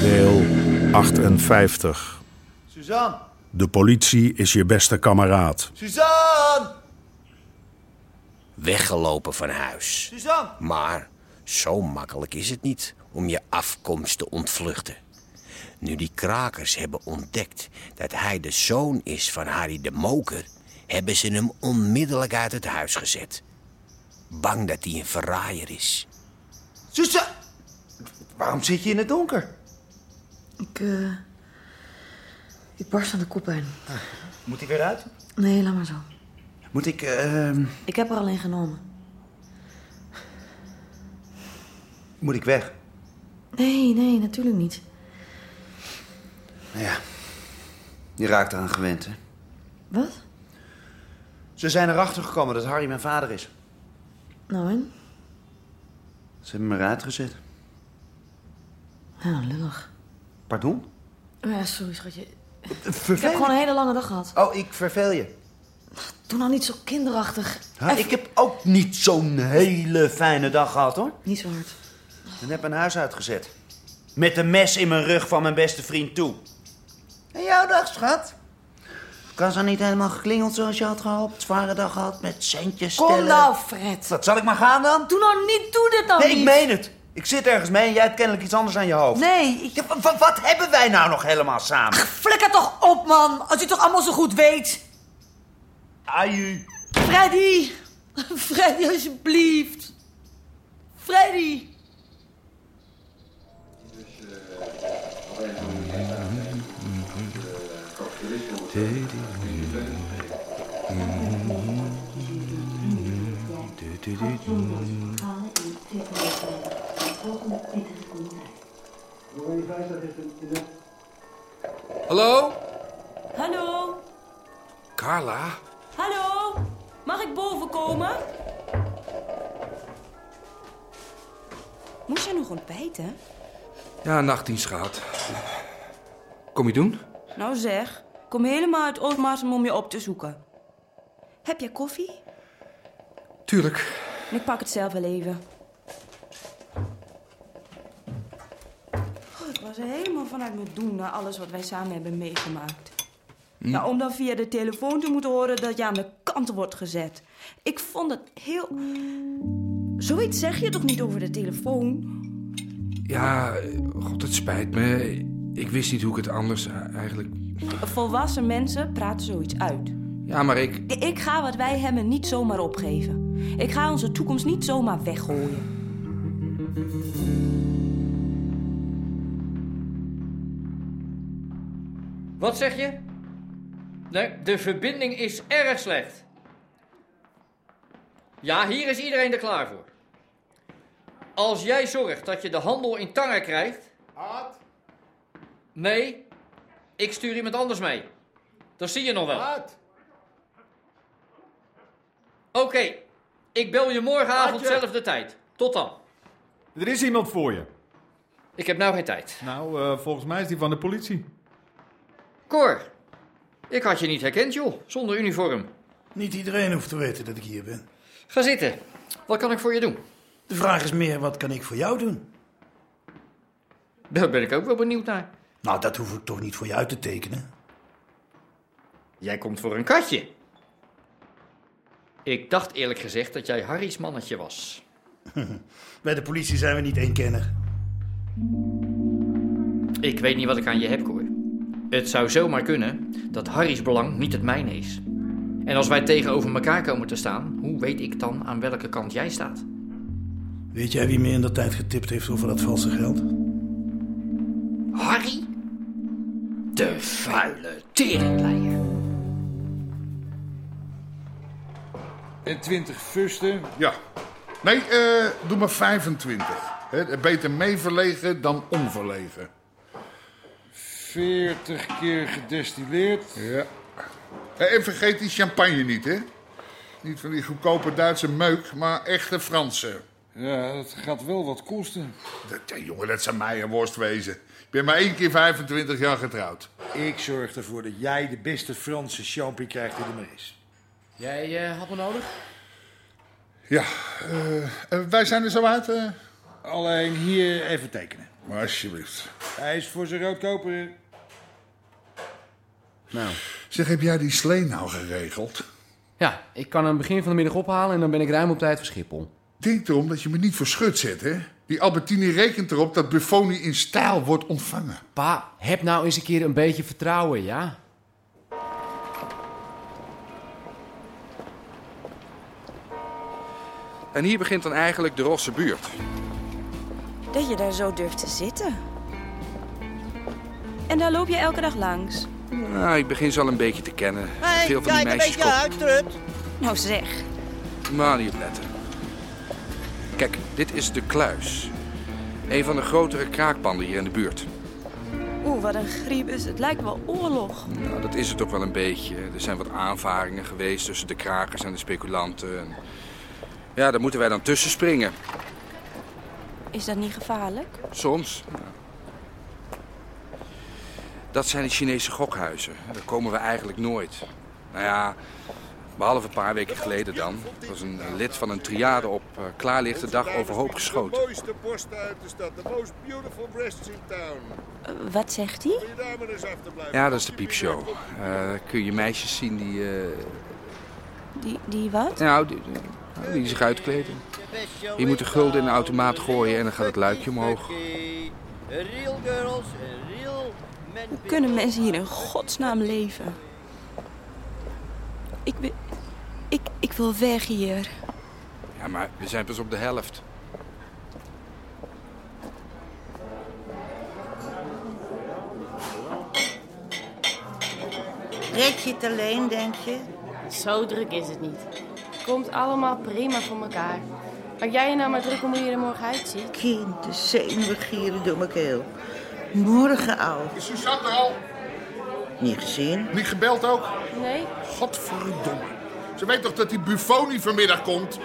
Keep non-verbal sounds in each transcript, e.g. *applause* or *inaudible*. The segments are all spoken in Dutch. Deel 58. Suzanne! De politie is je beste kameraad. Suzanne! weggelopen van huis. Suzanne! Maar zo makkelijk is het niet om je afkomst te ontvluchten. Nu die krakers hebben ontdekt dat hij de zoon is van Harry de Moker, hebben ze hem onmiddellijk uit het huis gezet. Bang dat hij een verraaier is. Suzanne! Waarom zit je in het donker? Ik, eh, ik barst aan de koppijn. Moet ik weer uit? Nee, laat maar zo. Moet ik, ehm, Ik heb er alleen genomen. moet ik weg? Nee, nee, natuurlijk niet. Nou ja, je raakt aan gewend, hè? Wat? Ze zijn erachter gekomen dat Harry mijn vader is. Nou en? Ze hebben me eruit gezet. Ja, lullig. Pardon? Oh ja, sorry schatje. Ik heb Vervel gewoon een hele lange dag gehad. Oh, ik verveel je. Doe nou niet zo kinderachtig. Huh? Ik heb ook niet zo'n hele fijne dag gehad, hoor. Niet zo hard. En heb mijn huis uitgezet. Met een mes in mijn rug van mijn beste vriend toe. En jouw dag, schat? Kan ze niet helemaal geklingeld zoals je had gehoopt? Zware dag gehad met centjes Kom stellen. nou, Fred. Dat zal ik maar gaan dan? Doe nou niet, doe dit nou Nee, niet. ik meen het. Ik zit ergens mee en jij hebt kennelijk iets anders aan je hoofd. Nee, ik... Ja, wa- wa- wat hebben wij nou nog helemaal samen? Flikker toch op, man. Als je het toch allemaal zo goed weet. Aju. Freddy. Freddy, alsjeblieft. Freddy. Hallo? Hallo, Carla? hallo. Mag ik boven komen? Moest jij nog ontbijten? Ja, nachtdienst gehad. Kom je doen? Nou zeg, kom helemaal uit Oogmaarsen om je op te zoeken. Heb jij koffie? Tuurlijk. Ik pak het zelf wel even. Oh, ik was helemaal vanuit mijn doen na alles wat wij samen hebben meegemaakt. Ja, Nou, om dan via de telefoon te moeten horen dat je aan de kant wordt gezet. Ik vond het heel... Zoiets zeg je toch niet over de telefoon? Ja, eh, god, het spijt me. Ik wist niet hoe ik het anders eh, eigenlijk... Volwassen mensen praten zoiets uit. Ja, maar ik... Ik ga wat wij hebben niet zomaar opgeven. Ik ga onze toekomst niet zomaar weggooien. Wat zeg je? Nee, de verbinding is erg slecht. Ja, hier is iedereen er klaar voor. Als jij zorgt dat je de handel in tangen krijgt. Haat? Nee, ik stuur iemand anders mee. Dat zie je nog wel. Oké, ik bel je morgenavond zelfde tijd. Tot dan. Er is iemand voor je. Ik heb nou geen tijd. Nou, eh, volgens mij is die van de politie. Cor, ik had je niet herkend, joh, zonder uniform. Niet iedereen hoeft te weten dat ik hier ben. Ga zitten. Wat kan ik voor je doen? De vraag is meer, wat kan ik voor jou doen? Daar ben ik ook wel benieuwd naar. Nou, dat hoef ik toch niet voor je uit te tekenen? Jij komt voor een katje. Ik dacht eerlijk gezegd dat jij Harry's mannetje was. Bij de politie zijn we niet eenkennig. Ik weet niet wat ik aan je heb, Cor. Het zou zomaar kunnen dat Harry's belang niet het mijne is. En als wij tegenover elkaar komen te staan, hoe weet ik dan aan welke kant jij staat? Weet jij wie me in de tijd getipt heeft over dat valse geld? Harry? De vuile teringleier. En 20 fusten. Ja. Nee, eh, doe maar 25. Hè, beter mee verlegen dan onverlegen. 40 keer gedestilleerd. Ja. Eh, En vergeet die champagne niet, hè? Niet van die goedkope Duitse meuk, maar echte Franse. Ja, dat gaat wel wat kosten. Dat, ja, jongen, dat zou mij een worst wezen. Ik ben maar één keer 25 jaar getrouwd. Ik zorg ervoor dat jij de beste Franse champie krijgt die er maar is. Jij eh, had me nodig? Ja, eh, eh, wij zijn er zo uit. eh. Alleen hier even tekenen. Maar alsjeblieft. Hij is voor zijn roodkoper. Nou. Zeg, heb jij die slee nou geregeld? Ja, ik kan hem begin van de middag ophalen en dan ben ik ruim op tijd voor Schiphol. Denk erom dat je me niet voor schut zet, hè? Die Albertini rekent erop dat Buffoni in stijl wordt ontvangen. Pa, heb nou eens een keer een beetje vertrouwen, ja? En hier begint dan eigenlijk de Rosse buurt. Dat je daar zo durft te zitten. En daar loop je elke dag langs. Nou, ik begin ze al een beetje te kennen. Veel van die meisjes Nou zeg. Maar niet letten. Kijk, dit is de Kluis. Een van de grotere kraakpanden hier in de buurt. Oeh, wat een griep is. Het lijkt wel oorlog. Nou, dat is het ook wel een beetje. Er zijn wat aanvaringen geweest tussen de krakers en de speculanten. En Ja, daar moeten wij dan tussen springen. Is dat niet gevaarlijk? Soms. Ja. Dat zijn de Chinese gokhuizen. Daar komen we eigenlijk nooit. Nou ja, behalve een paar weken geleden dan. was een lid van een triade op eh, klaarlichte dag overhoop geschoten. De mooiste borsten uit de stad. The most beautiful breasts in town. Eh, wat zegt hij? Wil je daar maar eens achterblijven? Ja, dat is de piepshow. Eh, kun je meisjes zien die... eh, Die, die wat? nou, die, die- die zich uitkleden. Je moet de gulden in een automaat gooien en dan gaat het luikje omhoog. Real girls, real men. Hoe kunnen mensen hier in godsnaam leven? Ik, wil- ik, ik wil weg hier. Ja, maar we zijn pas op de helft. Red je het alleen, denk je? Zo druk is het niet. Komt allemaal prima voor elkaar. Maak jij je nou maar druk om hoe je er morgen uitziet? Kind, de zenuwen gieren door mijn keel. Morgen al. Is Suzanne er al? Niet gezien. Niet gebeld ook? Nee. Godverdomme. Ze weet toch dat die Buffoni vanmiddag komt?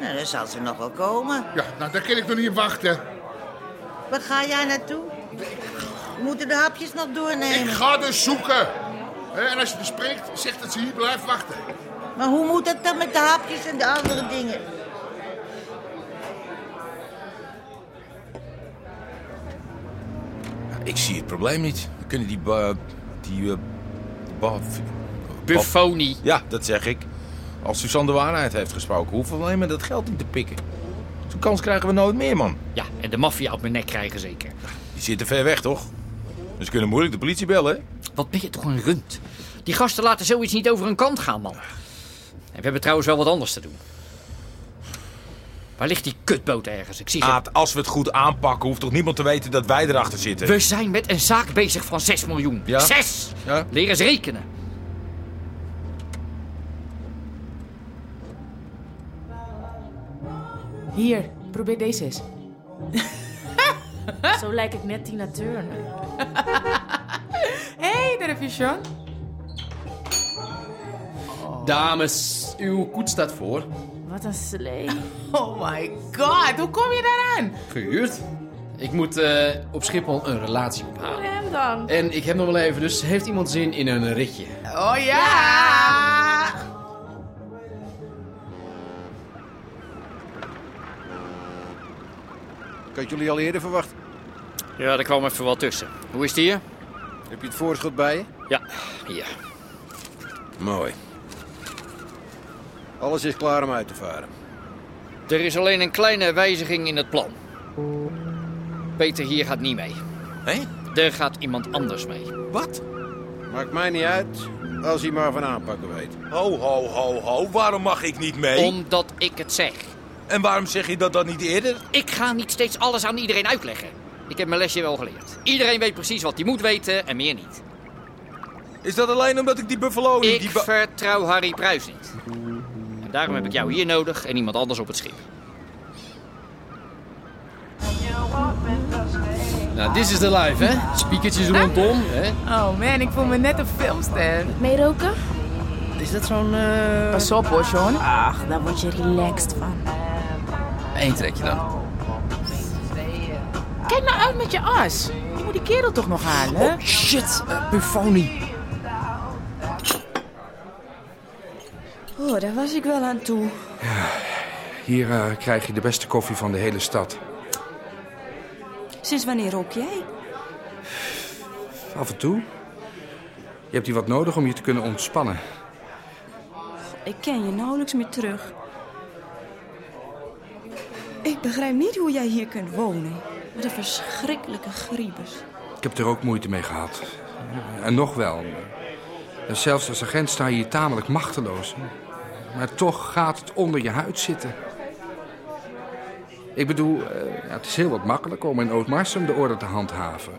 Nou, dan zal ze nog wel komen. Ja, nou, daar kan ik nog niet op wachten. Waar ga jij naartoe? We moeten de hapjes nog Ik doornemen. ga dus zoeken. Hè, En als je er spreekt, zeg dat ze hier blijft wachten. Maar hoe moet dat dan met de hapjes en de andere dingen? Ik zie het probleem niet. We kunnen die... ba- die... eh, die ba- ba- Buffoni. Ja, dat zeg ik. Als Suzanne de waarheid heeft gesproken, hoeven we alleen maar dat geld in te pikken. Zo'n kans krijgen we nooit meer, man. Ja, en de maffia op mijn nek krijgen zeker. Die zitten ver weg, toch? Dus ze kunnen moeilijk de politie bellen, hè? Wat ben je toch een runt? Die gasten laten zoiets niet over hun kant gaan, man. En we hebben trouwens wel wat anders te doen. Waar ligt die kutboot ergens? Ik zie Ah. ze... Aad, als we het goed aanpakken, hoeft toch niemand te weten dat wij erachter zitten? We zijn met een zaak bezig van 6 miljoen. Ja? 6! Leer eens rekenen. Hier, probeer deze eens. *laughs* Zo lijkt het net Tina Turner. Hé, *laughs* hey, daar heb je Sean. Oh. Dames, uw koets staat voor. Wat een slee. *laughs* Oh my god, hoe kom je daaraan? Gehuurd. Ik moet eh, op Schiphol een relatie Voor ophalen. hem dan. En ik heb nog wel even, dus heeft iemand zin in een ritje? Oh ja! Ik had jullie al eerder verwacht. Ja, daar kwam even wat tussen. Hoe is het hier? Heb je het voorschot bij je? Ja, hier. Mooi. Alles is klaar om uit te varen. Er is alleen een kleine wijziging in het plan. Peter hier gaat niet mee. Hé? Er gaat iemand anders mee. Wat? Maakt mij niet uit als hij maar van aanpakken weet. Ho, ho, ho, ho. Waarom mag ik niet mee? Omdat ik het zeg. En waarom zeg je dat dan niet eerder? Ik ga niet steeds alles aan iedereen uitleggen. Ik heb mijn lesje wel geleerd. Iedereen weet precies wat hij moet weten en meer niet. Is dat alleen omdat ik die Buffalo niet... Ik vertrouw Harry Pruis niet. En Daarom heb ik jou hier nodig en iemand anders op het schip. Nou, dit is de live, hè? Spiekertjes rondom, hè? Oh man, ik voel me net een filmster. Meeroken? Is dat zo'n... Pas op hoor, Sean. Ach, daar word je relaxed van. Eén trekje dan. Kijk nou uit met je as. Je moet die kerel toch nog halen? Oh, shit, eh, Buffoni. Oh, daar was ik wel aan toe. Hier eh, krijg je de beste koffie van de hele stad. Sinds wanneer rook jij? Af en toe. Je hebt hier wat nodig om je te kunnen ontspannen. Ik ken je nauwelijks meer terug. Ik begrijp niet hoe jij hier kunt wonen. Met een verschrikkelijke griebus. Ik heb er ook moeite mee gehad. En nog wel. En zelfs als agent sta je hier tamelijk machteloos. Maar toch gaat het onder je huid zitten. Ik bedoel, eh, ja, het is heel wat makkelijker om in Ootmarsum de orde te handhaven.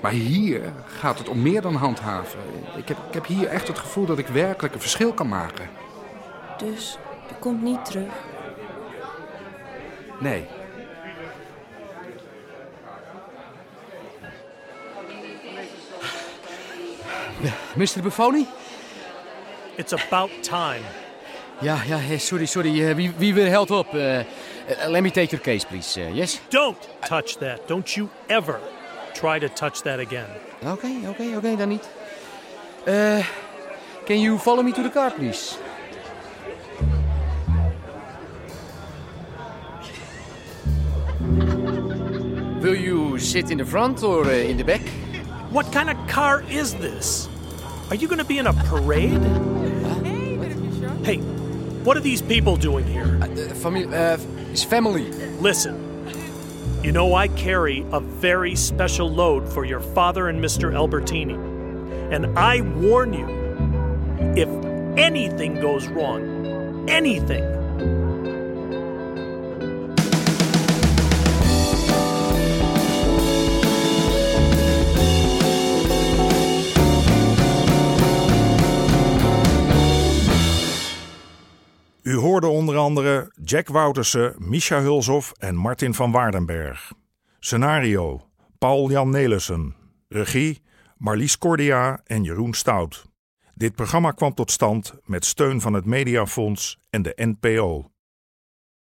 Maar hier gaat het om meer dan handhaven. Ik heb, ik heb hier echt het gevoel dat ik werkelijk een verschil kan maken. Dus je komt niet terug. Nee. Mr. Buffoni? It's about time. Ja, ja, eh, sorry, sorry. eh, Wie wie will help up? Eh, eh, let me take your case, please. eh, yes? Don't touch that. Don't you ever try to touch that again. Oké, oké, oké, dan niet. Eh, can you follow me to the car, please? Will you sit in the front or eh, in the back? What kind of car is this? Are you going to be in a parade? Hey, what are these people doing here? Family, uh, it's family. Listen, you know I carry a very special load for your father and Mr. Albertini. And I warn you, if anything goes wrong, anything, U hoorde onder andere Jack Woutersen, Misha Hulshoff en Martin van Waardenberg. Scenario: Paul-Jan Nelissen. Regie: Marlies Cordia en Jeroen Stout. Dit programma kwam tot stand met steun van het Mediafonds en de NPO.